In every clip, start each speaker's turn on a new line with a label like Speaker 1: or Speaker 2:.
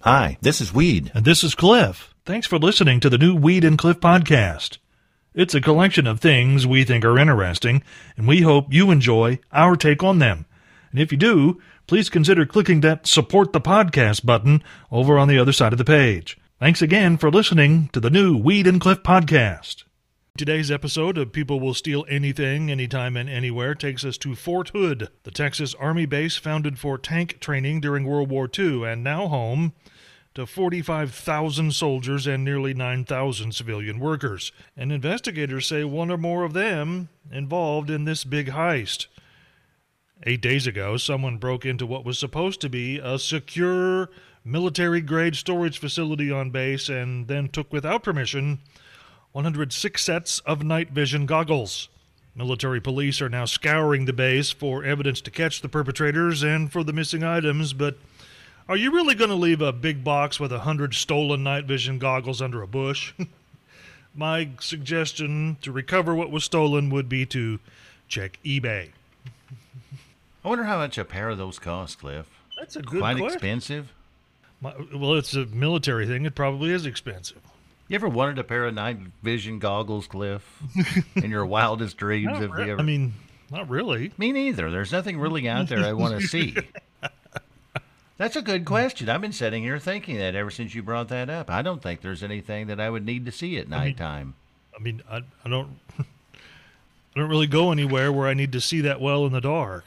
Speaker 1: Hi, this is Weed.
Speaker 2: And this is Cliff. Thanks for listening to the new Weed and Cliff podcast. It's a collection of things we think are interesting, and we hope you enjoy our take on them. And if you do, please consider clicking that support the podcast button over on the other side of the page. Thanks again for listening to the new Weed and Cliff podcast. Today's episode of People Will Steal Anything, Anytime, and Anywhere takes us to Fort Hood, the Texas Army base founded for tank training during World War II and now home to 45,000 soldiers and nearly 9,000 civilian workers. And investigators say one or more of them involved in this big heist. Eight days ago, someone broke into what was supposed to be a secure military grade storage facility on base and then took without permission 106 sets of night vision goggles. Military police are now scouring the base for evidence to catch the perpetrators and for the missing items, but are you really going to leave a big box with a hundred stolen night vision goggles under a bush? My suggestion to recover what was stolen would be to check eBay.
Speaker 1: I wonder how much a pair of those cost, Cliff.
Speaker 2: That's a good
Speaker 1: Quite
Speaker 2: question.
Speaker 1: expensive.
Speaker 2: My, well, it's a military thing. It probably is expensive.
Speaker 1: You ever wanted a pair of night vision goggles, Cliff? In your wildest dreams, have you ever?
Speaker 2: I mean, not really.
Speaker 1: Me neither. There's nothing really out there I want to see. That's a good question. I've been sitting here thinking that ever since you brought that up. I don't think there's anything that I would need to see at nighttime.
Speaker 2: I mean, I, I don't. I don't really go anywhere where I need to see that well in the dark.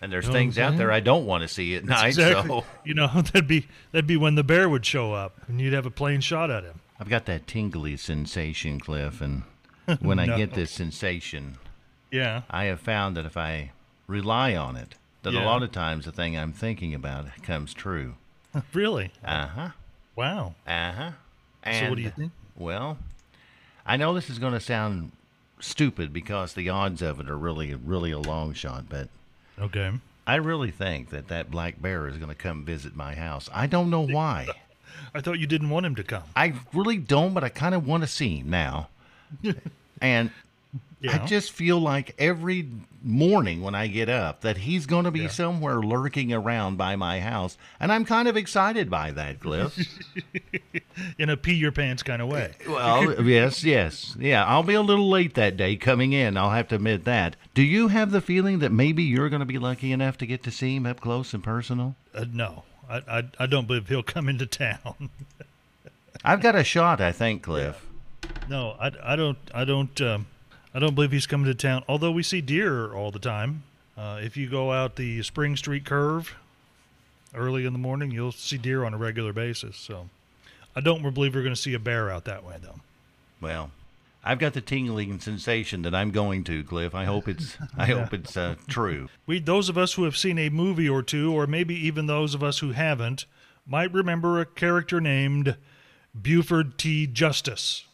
Speaker 1: And there's
Speaker 2: know what
Speaker 1: things
Speaker 2: I'm
Speaker 1: out
Speaker 2: saying?
Speaker 1: there I don't want to see at night. So
Speaker 2: You know, that'd be that'd be when the bear would show up and you'd have a plain shot at him.
Speaker 1: I've got that tingly sensation, Cliff, and when I
Speaker 2: No.
Speaker 1: get this sensation,
Speaker 2: Yeah.
Speaker 1: I have found that if I rely on it, that a
Speaker 2: Yeah.
Speaker 1: lot of times the thing I'm thinking about comes true.
Speaker 2: Really?
Speaker 1: Uh huh.
Speaker 2: Wow.
Speaker 1: Uh huh.
Speaker 2: So what do you think?
Speaker 1: Well, I know this is going to sound stupid because the odds of it are really, really a long shot, but
Speaker 2: Okay.
Speaker 1: I really think that that black bear is going to come visit my house. I don't know why.
Speaker 2: I thought you didn't want him to come.
Speaker 1: I really don't, but I kind of want to see him now. and
Speaker 2: Yeah.
Speaker 1: I just feel like every morning when I get up that he's going to be somewhere lurking around by my house, and I'm kind of excited by that, Cliff.
Speaker 2: in a pee your pants kind of way.
Speaker 1: well, yes, yes, yeah. I'll be a little late that day coming in. I'll have to admit that. Do you have the feeling that maybe you're going to be lucky enough to get to see him up close and personal?
Speaker 2: Uh, no, I, I I don't believe he'll come into town.
Speaker 1: I've got a shot, I think, Cliff.
Speaker 2: no, I, I don't I don't um, I don't believe he's coming to town. Although we see deer all the time. Uh, if you go out the Spring Street curve early in the morning, you'll see deer on a regular basis. So I don't believe we're going to see a bear out that way though.
Speaker 1: Well, I've got the tingling sensation that I'm going to, Cliff. I hope it's I hope it's uh, true.
Speaker 2: We those of us who have seen a movie or two, or maybe even those of us who haven't, might remember a character named Buford T. Justice.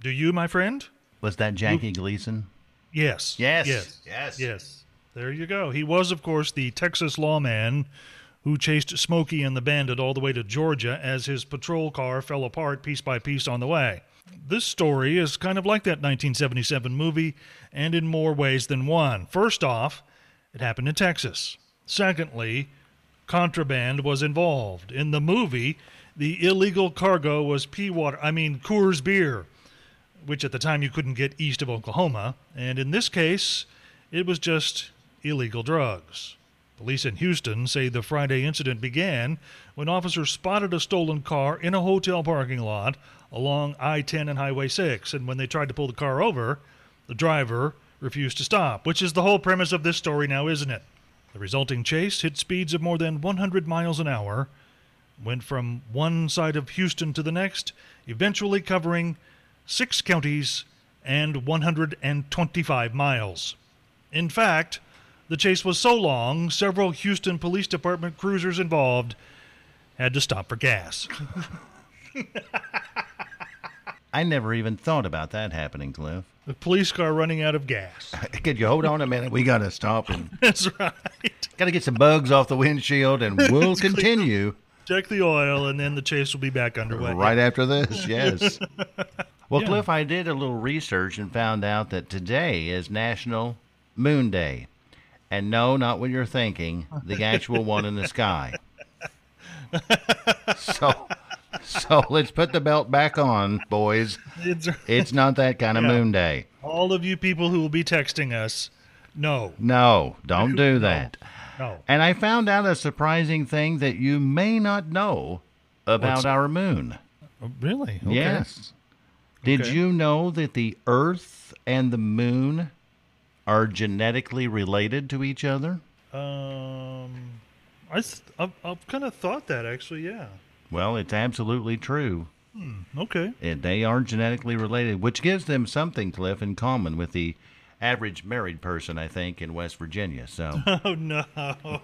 Speaker 2: Do you, my friend?
Speaker 1: Was that Jackie Gleason?
Speaker 2: Yes.
Speaker 1: Yes.
Speaker 2: Yes.
Speaker 1: Yes.
Speaker 2: Yes. There you go. He was, of course, the Texas lawman who chased Smokey and the Bandit all the way to Georgia as his patrol car fell apart piece by piece on the way. This story is kind of like that 1977 movie, and in more ways than one. First off, it happened in Texas. Secondly, contraband was involved. In the movie, the illegal cargo was pea water, I mean, Coors beer which at the time you couldn't get east of Oklahoma. And in this case, it was just illegal drugs. Police in Houston say the Friday incident began when officers spotted a stolen car in a hotel parking lot along I 10 and Highway 6. And when they tried to pull the car over, the driver refused to stop, which is the whole premise of this story now, isn't it? The resulting chase hit speeds of more than 100 miles an hour, went from one side of Houston to the next, eventually covering six counties and 125 miles. In fact, the chase was so long, several Houston Police Department cruisers involved had to stop for gas.
Speaker 1: I never even thought about that happening, Cliff.
Speaker 2: The police car running out of gas.
Speaker 1: Could you hold on a minute? We got to stop and
Speaker 2: That's right.
Speaker 1: got to get some bugs off the windshield, and we'll continue.
Speaker 2: Check the oil, and then the chase will be back underway.
Speaker 1: right after this. Yes. Well,
Speaker 2: Yeah.
Speaker 1: Cliff, I did a little research and found out that today is National Moon Day. And no, not what you're thinking, the actual one in the sky. so, so let's put the belt back on, boys.
Speaker 2: It's,
Speaker 1: It's not that kind of
Speaker 2: Yeah.
Speaker 1: moon day.
Speaker 2: all of you people who will be texting us. No,
Speaker 1: No, don't do that.
Speaker 2: no.
Speaker 1: And I found out a surprising thing that you may not know about
Speaker 2: What's-
Speaker 1: our moon.
Speaker 2: Oh, Really? Okay.
Speaker 1: Yes. Did
Speaker 2: Okay.
Speaker 1: you know that the Earth and the moon are genetically related to each other?
Speaker 2: Um, I th- I've, I've kind of thought that actually. Yeah.
Speaker 1: Well, it's absolutely true.
Speaker 2: Okay.
Speaker 1: And they are genetically related, which gives them something, Cliff, in common with the average married person, I think, in West Virginia. So,
Speaker 2: Oh no! No!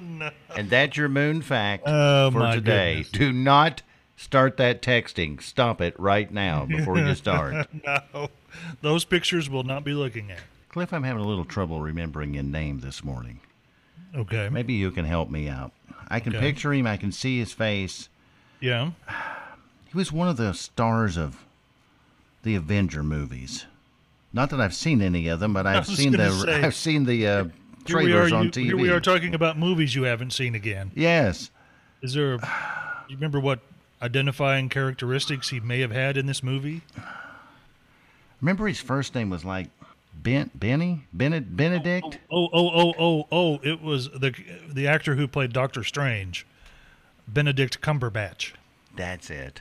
Speaker 2: No!
Speaker 1: and that's your moon fact
Speaker 2: Oh,
Speaker 1: for
Speaker 2: my
Speaker 1: today.
Speaker 2: goodness.
Speaker 1: Do not start that texting. Stop it right now before you start.
Speaker 2: No! Those pictures will not be looking at.
Speaker 1: Cliff, I'm having a little trouble remembering your name this morning.
Speaker 2: Okay.
Speaker 1: Maybe you can help me out. I can
Speaker 2: Okay.
Speaker 1: picture him. I can see his face.
Speaker 2: Yeah.
Speaker 1: He was one of the stars of the Avenger movies. Not that I've seen any of them, but I've
Speaker 2: was
Speaker 1: seen
Speaker 2: gonna
Speaker 1: the
Speaker 2: say.
Speaker 1: I've seen the uh,
Speaker 2: Here we are.
Speaker 1: trailers on
Speaker 2: you-
Speaker 1: TV.
Speaker 2: Here we are talking about movies you haven't seen again.
Speaker 1: yes,
Speaker 2: Is there? A, you remember what identifying characteristics he may have had in this movie?
Speaker 1: remember his first name was like Ben Benny Bennett Benedict.
Speaker 2: Oh, oh, oh, oh, oh! It was the the actor who played Doctor Strange, Benedict Cumberbatch.
Speaker 1: That's it,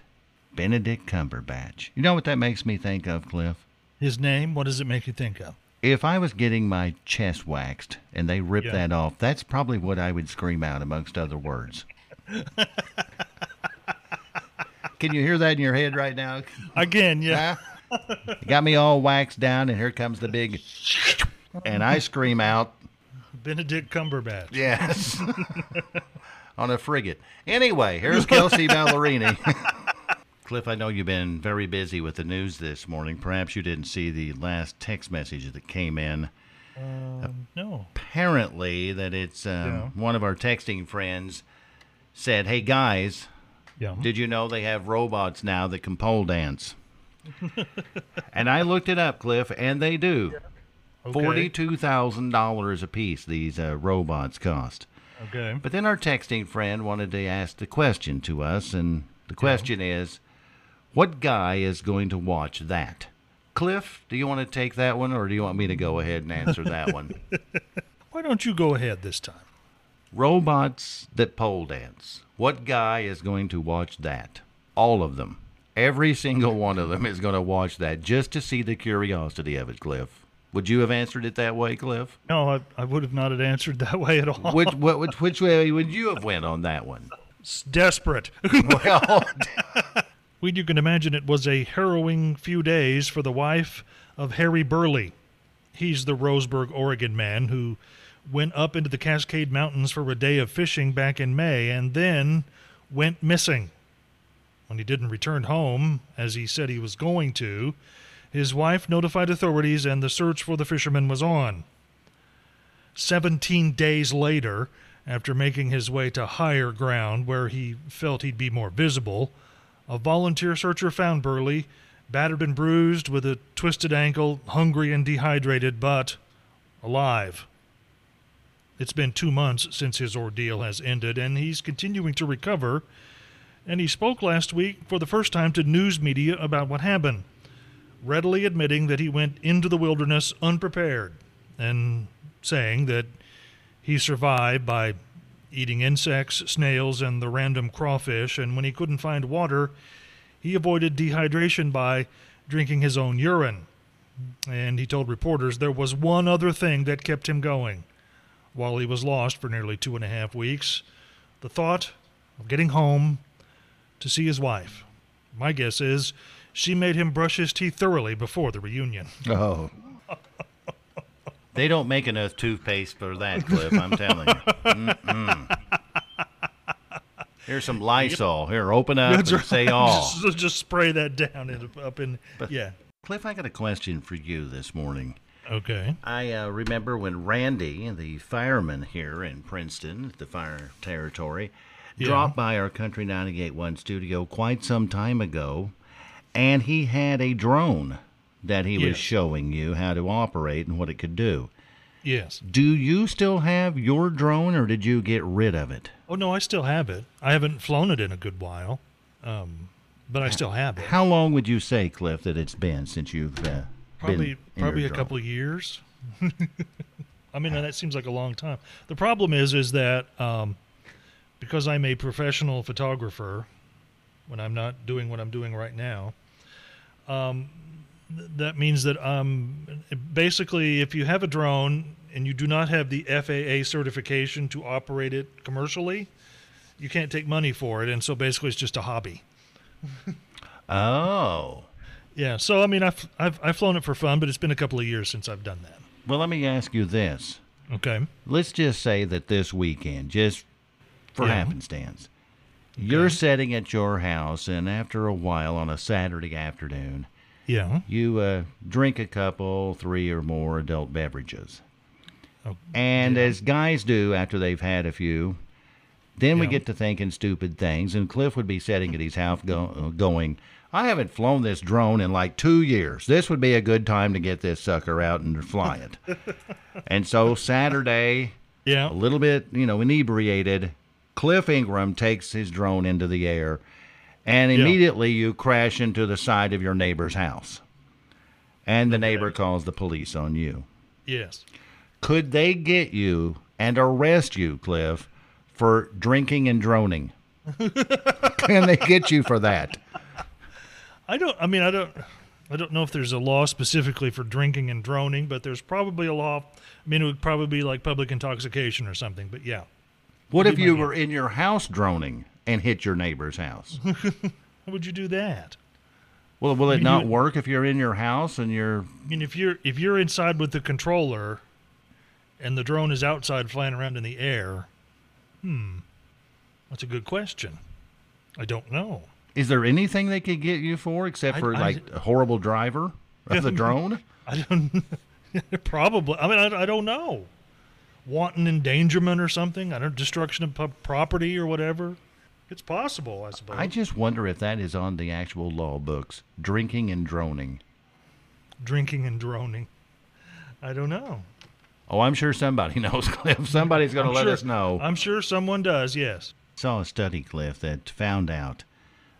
Speaker 1: Benedict Cumberbatch. You know what that makes me think of, Cliff?
Speaker 2: His name. What does it make you think of?
Speaker 1: If I was getting my chest waxed and they ripped
Speaker 2: Yeah.
Speaker 1: that off, that's probably what I would scream out, amongst other words. Can you hear that in your head right now?
Speaker 2: Again, yeah.
Speaker 1: Huh? You Got me all waxed down, and here comes the big, and I scream out,
Speaker 2: Benedict Cumberbatch.
Speaker 1: yes, on a frigate. Anyway, here's Kelsey Ballerini. Cliff, I know you've been very busy with the news this morning. Perhaps you didn't see the last text message that came in.
Speaker 2: No.
Speaker 1: apparently that it's um, one of our texting friends said, "Hey guys,
Speaker 2: Yeah.
Speaker 1: did you know they have robots now that can pole dance?" and I looked it up, Cliff, and they do.
Speaker 2: Okay.
Speaker 1: Forty-two thousand dollars a piece these uh, robots cost.
Speaker 2: Okay.
Speaker 1: But then our texting friend wanted to ask the question to us, and the question is, what guy is going to watch that? Cliff, do you want to take that one, or do you want me to go ahead and answer that one?
Speaker 2: Why don't you go ahead this time?
Speaker 1: Robots that pole dance. What guy is going to watch that? All of them. Every single one of them is going to watch that just to see the curiosity of it, Cliff. Would you have answered it that way, Cliff?
Speaker 2: No, I, I would have not had answered that way at all.
Speaker 1: Which what, which, which way would you have went on that one?
Speaker 2: It's desperate.
Speaker 1: Well,
Speaker 2: we you can imagine it was a harrowing few days for the wife of Harry Burley. He's the Roseburg, Oregon man who went up into the Cascade Mountains for a day of fishing back in May and then went missing. When he didn't return home, as he said he was going to, his wife notified authorities and the search for the fisherman was on. 17 days later, after making his way to higher ground where he felt he'd be more visible, a volunteer searcher found Burley, battered and bruised with a twisted ankle, hungry and dehydrated, but alive. It's been two months since his ordeal has ended, and he's continuing to recover. And he spoke last week for the first time to news media about what happened, readily admitting that he went into the wilderness unprepared and saying that he survived by eating insects, snails, and the random crawfish. And when he couldn't find water, he avoided dehydration by drinking his own urine. And he told reporters there was one other thing that kept him going while he was lost for nearly two and a half weeks the thought of getting home to see his wife. My guess is she made him brush his teeth thoroughly before the reunion.
Speaker 1: oh. They don't make enough toothpaste for that, Cliff, I'm telling you. Mm-mm. Here's some Lysol. Here, open up and say all.
Speaker 2: just, just spray that down and up in. yeah.
Speaker 1: Cliff, I got a question for you this morning.
Speaker 2: Okay.
Speaker 1: I uh, remember when Randy, the fireman here in Princeton, at the fire territory, dropped by our Country 98.1 studio quite some time ago, and he had a drone that he was
Speaker 2: Yes.
Speaker 1: showing you how to operate and what it could do.
Speaker 2: Yes.
Speaker 1: Do you still have your drone or did you get rid of it?
Speaker 2: Oh no, I still have it. I haven't flown it in a good while, um, but I still have it.
Speaker 1: How long would you say, Cliff, that it's been since you've uh, been
Speaker 2: Probably
Speaker 1: in your
Speaker 2: probably a
Speaker 1: drone?
Speaker 2: couple of years. I mean, that seems like a long time. The problem is, is that um, because I'm a professional photographer, when I'm not doing what I'm doing right now, um, th- that means that um, basically, if you have a drone and you do not have the FAA certification to operate it commercially, you can't take money for it, and so basically, it's just a hobby.
Speaker 1: Oh.
Speaker 2: Yeah. So I mean, I've I've, I've flown it for fun, but it's been a couple of years since I've done that.
Speaker 1: Well, let me ask you this.
Speaker 2: Okay.
Speaker 1: Let's just say that this weekend, just for
Speaker 2: Yeah.
Speaker 1: happenstance, you're sitting at your house, and after a while on a Saturday afternoon,
Speaker 2: Yeah.
Speaker 1: you uh, drink a couple, three or more adult beverages.
Speaker 2: Oh,
Speaker 1: and as guys do after they've had a few, then we
Speaker 2: Yeah.
Speaker 1: get to thinking stupid things. And Cliff would be sitting at his house go- uh, going, I haven't flown this drone in like two years. This would be a good time to get this sucker out and fly it. and so Saturday,
Speaker 2: Yeah.
Speaker 1: a little bit, you know, inebriated, Cliff Ingram takes his drone into the air, and immediately you crash into the side of your neighbor's house. And the neighbor calls the police on you.
Speaker 2: Yes.
Speaker 1: Could they get you and arrest you, Cliff, for drinking and droning? Can they get you for that?
Speaker 2: I don't. I mean, I don't. I don't know if there's a law specifically for drinking and droning, but there's probably a law. I mean, it would probably be like public intoxication or something. But yeah.
Speaker 1: What if you were in your house droning and hit your neighbor's house?
Speaker 2: How would you do that?
Speaker 1: Well, will it
Speaker 2: mean,
Speaker 1: not
Speaker 2: you-
Speaker 1: work if you're in your house and you're
Speaker 2: I mean, if you're if you're inside with the controller, and the drone is outside flying around in the air, hmm, that's a good question. I don't know.
Speaker 1: Is there anything they could get you for except
Speaker 2: I-
Speaker 1: for
Speaker 2: I-
Speaker 1: like a horrible driver of the drone?
Speaker 2: I don't probably. I mean, I, I don't know. Wanton endangerment or something. I don't destruction of pu- property or whatever. It's possible, I suppose.
Speaker 1: I just wonder if that is on the actual law books. Drinking and droning.
Speaker 2: Drinking and droning. I don't know.
Speaker 1: Oh, I'm sure somebody knows, Cliff. Somebody's going to
Speaker 2: I'm
Speaker 1: let
Speaker 2: sure- Uh,
Speaker 1: us know.
Speaker 2: I'm sure someone does. Yes.
Speaker 1: saw a study, Cliff, that found out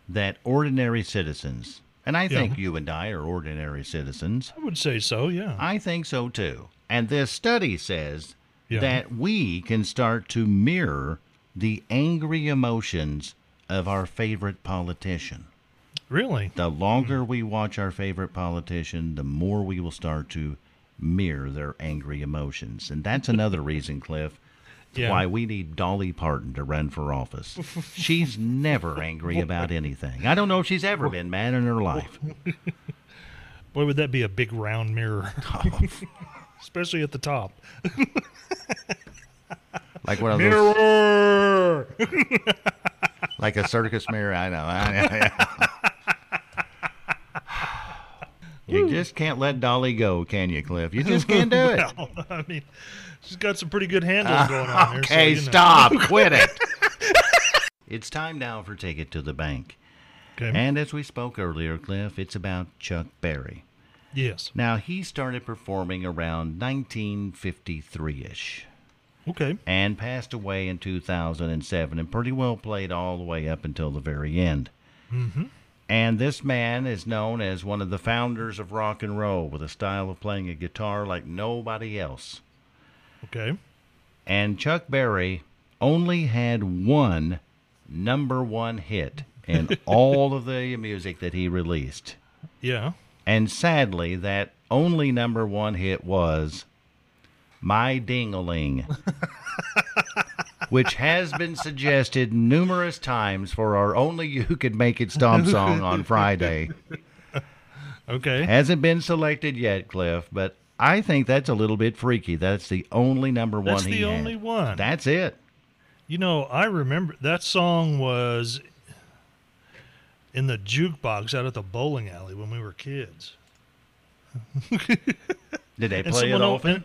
Speaker 1: that ordinary citizens, and I think you and I are ordinary citizens.
Speaker 2: I would say so. Yeah.
Speaker 1: I think so too. And this study says
Speaker 2: Yeah.
Speaker 1: that we can start to mirror the angry emotions of our favorite politician.
Speaker 2: Really.
Speaker 1: The longer we watch our favorite politician, the more we will start to mirror their angry emotions. And that's another reason, Cliff,
Speaker 2: Yeah.
Speaker 1: why we need Dolly Parton to run for office. She's never angry about anything. I don't know if she's ever been mad in her life.
Speaker 2: Boy, would that be a big round mirror, especially at the top.
Speaker 1: Like one of those,
Speaker 2: Mirror.
Speaker 1: like a circus mirror. I know. I- you just can't let Dolly go, can you, Cliff? You just can't do it.
Speaker 2: Well, I mean, she's got some pretty good handles going on here. so,
Speaker 1: Ah, Okay,
Speaker 2: you know.
Speaker 1: stop. Quit it. it's time now for Take It to the Bank.
Speaker 2: Okay.
Speaker 1: And as we spoke earlier, Cliff, it's about Chuck Berry.
Speaker 2: yes.
Speaker 1: Now, he started performing around 1953 ish
Speaker 2: Okay.
Speaker 1: and passed away in 2007 and pretty well played all the way up until the very end.
Speaker 2: Mm-hmm.
Speaker 1: And this man is known as one of the founders of rock and roll with a style of playing a guitar like nobody else.
Speaker 2: Okay.
Speaker 1: And Chuck Berry only had one number one hit in all of the music that he released.
Speaker 2: Yeah.
Speaker 1: And sadly, that only number one hit was My Dingaling, which has been suggested numerous times for our Only You Could Make It Stomp song on Friday.
Speaker 2: Okay.
Speaker 1: Hasn't been selected yet, Cliff, but I think that's a little bit freaky. That's the only number one
Speaker 2: That's
Speaker 1: he
Speaker 2: the
Speaker 1: had.
Speaker 2: only one.
Speaker 1: That's it.
Speaker 2: You know, I remember that song was in the jukebox out at the bowling alley when we were kids.
Speaker 1: Did they play it
Speaker 2: el-
Speaker 1: off?
Speaker 2: and-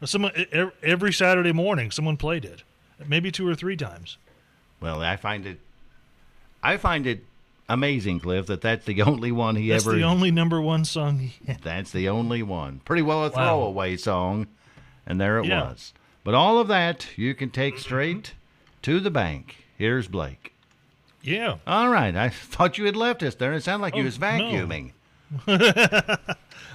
Speaker 2: and someone e- e- every Saturday morning, someone played it, maybe two or three times.
Speaker 1: Well, I find it, I find it amazing, Cliff, that that's the only one he
Speaker 2: That's
Speaker 1: ever.
Speaker 2: the only number one song. He had.
Speaker 1: That's the only one. Pretty well a
Speaker 2: Wow.
Speaker 1: throwaway song, And there it
Speaker 2: Yeah. Mm-hmm.
Speaker 1: was. But all of that you can take straight to the bank. Here's Blake.
Speaker 2: Yeah.
Speaker 1: All right. I thought you had left us there. It sounded like you was
Speaker 2: Oh, no.
Speaker 1: vacuuming.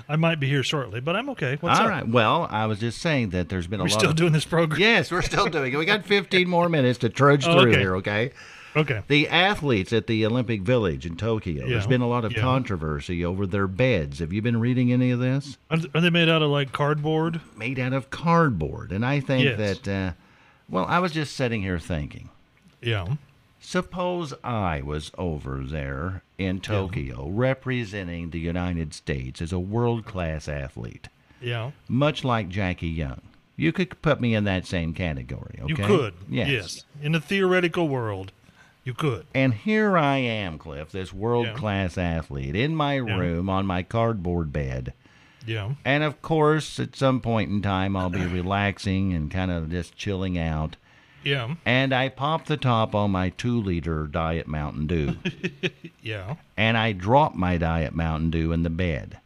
Speaker 2: I might be here shortly, but I'm okay.
Speaker 1: All
Speaker 2: What's
Speaker 1: right.
Speaker 2: up?
Speaker 1: Well, I was just saying that there's been a
Speaker 2: We're
Speaker 1: lot
Speaker 2: still
Speaker 1: of
Speaker 2: doing this program.
Speaker 1: Yes, we're still doing it. We got 15 more minutes to trudge
Speaker 2: Oh,
Speaker 1: through
Speaker 2: okay.
Speaker 1: here, okay?
Speaker 2: Okay.
Speaker 1: The athletes at the Olympic Village in Tokyo. There's
Speaker 2: Yeah.
Speaker 1: been a lot of
Speaker 2: Yeah.
Speaker 1: controversy over their beds. Have you been reading any of this?
Speaker 2: Are, th- are they made out of like cardboard?
Speaker 1: Made out of cardboard. And I think
Speaker 2: Yes.
Speaker 1: that, uh, well, I was just sitting here thinking.
Speaker 2: Yeah.
Speaker 1: Suppose I was over there in Tokyo representing the United States as a world class athlete,
Speaker 2: Yeah.
Speaker 1: much like Jackie Young. You could put me in that same category, okay?
Speaker 2: You could. yes. In a theoretical world, you could.
Speaker 1: And here I am, Cliff, this world class athlete, in my room on my cardboard bed.
Speaker 2: Yeah.
Speaker 1: And of course, at some point in time, I'll be relaxing and kind of just chilling out.
Speaker 2: Yeah.
Speaker 1: And I pop the top on my two liter Diet Mountain Dew.
Speaker 2: Yeah.
Speaker 1: and I drop my Diet Mountain Dew in the bed.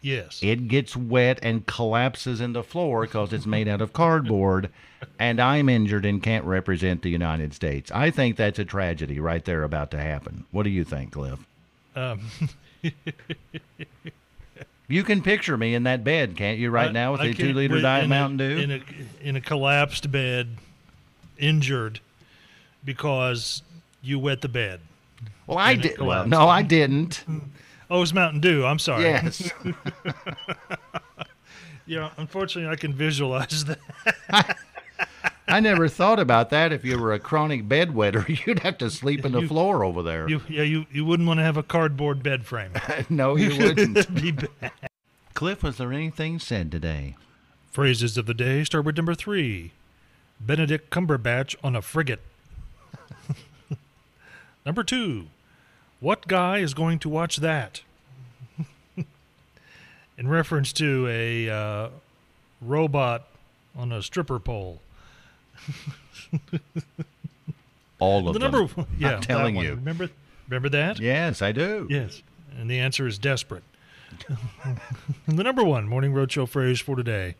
Speaker 2: Yes.
Speaker 1: It gets wet and collapses in the floor because it's made out of cardboard. And I'm injured and can't represent the United States. I think that's a tragedy right there about to happen. What do you think, Cliff?
Speaker 2: Um,
Speaker 1: You can picture me in that bed, can't you, right now with
Speaker 2: I
Speaker 1: the
Speaker 2: can't
Speaker 1: two liter
Speaker 2: wait-
Speaker 1: Diet
Speaker 2: in
Speaker 1: Mountain
Speaker 2: a,
Speaker 1: Dew?
Speaker 2: in a in a collapsed bed, injured because you wet the bed.
Speaker 1: well, I
Speaker 2: in a
Speaker 1: did. Well,
Speaker 2: collapse.
Speaker 1: no, I didn't.
Speaker 2: Oh, it's Mountain Dew. I'm sorry.
Speaker 1: Yes,
Speaker 2: Yeah. Unfortunately, I can visualize that.
Speaker 1: I never thought about that. If you were a chronic bedwetter, you'd have to sleep in the
Speaker 2: You-
Speaker 1: floor over there.
Speaker 2: You, yeah. You, you wouldn't want to have a cardboard bed frame.
Speaker 1: no, you wouldn't.
Speaker 2: Be bad.
Speaker 1: Cliff, was there anything said today?
Speaker 2: Phrases of the day start with number three. Benedict Cumberbatch on a frigate. number two. What guy is going to watch that? In reference to a uh, robot on a stripper pole.
Speaker 1: All of
Speaker 2: The
Speaker 1: them.
Speaker 2: number one, yeah, that
Speaker 1: telling
Speaker 2: one.
Speaker 1: you.
Speaker 2: Remember, remember that?
Speaker 1: Yes, I do.
Speaker 2: Yes. And the answer is desperate. the number one morning roadshow phrase for today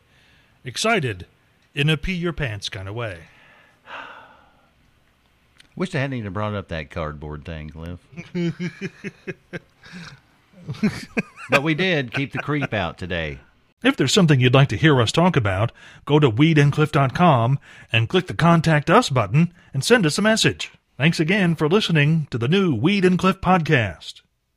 Speaker 2: excited in a pee your pants kind of way.
Speaker 1: Wish I hadn't even brought up that cardboard thing, Cliff. but we did keep the creep out today.
Speaker 2: If there's something you'd like to hear us talk about, go to weedandcliff.com and click the Contact Us button and send us a message. Thanks again for listening to the new Weed and Cliff podcast.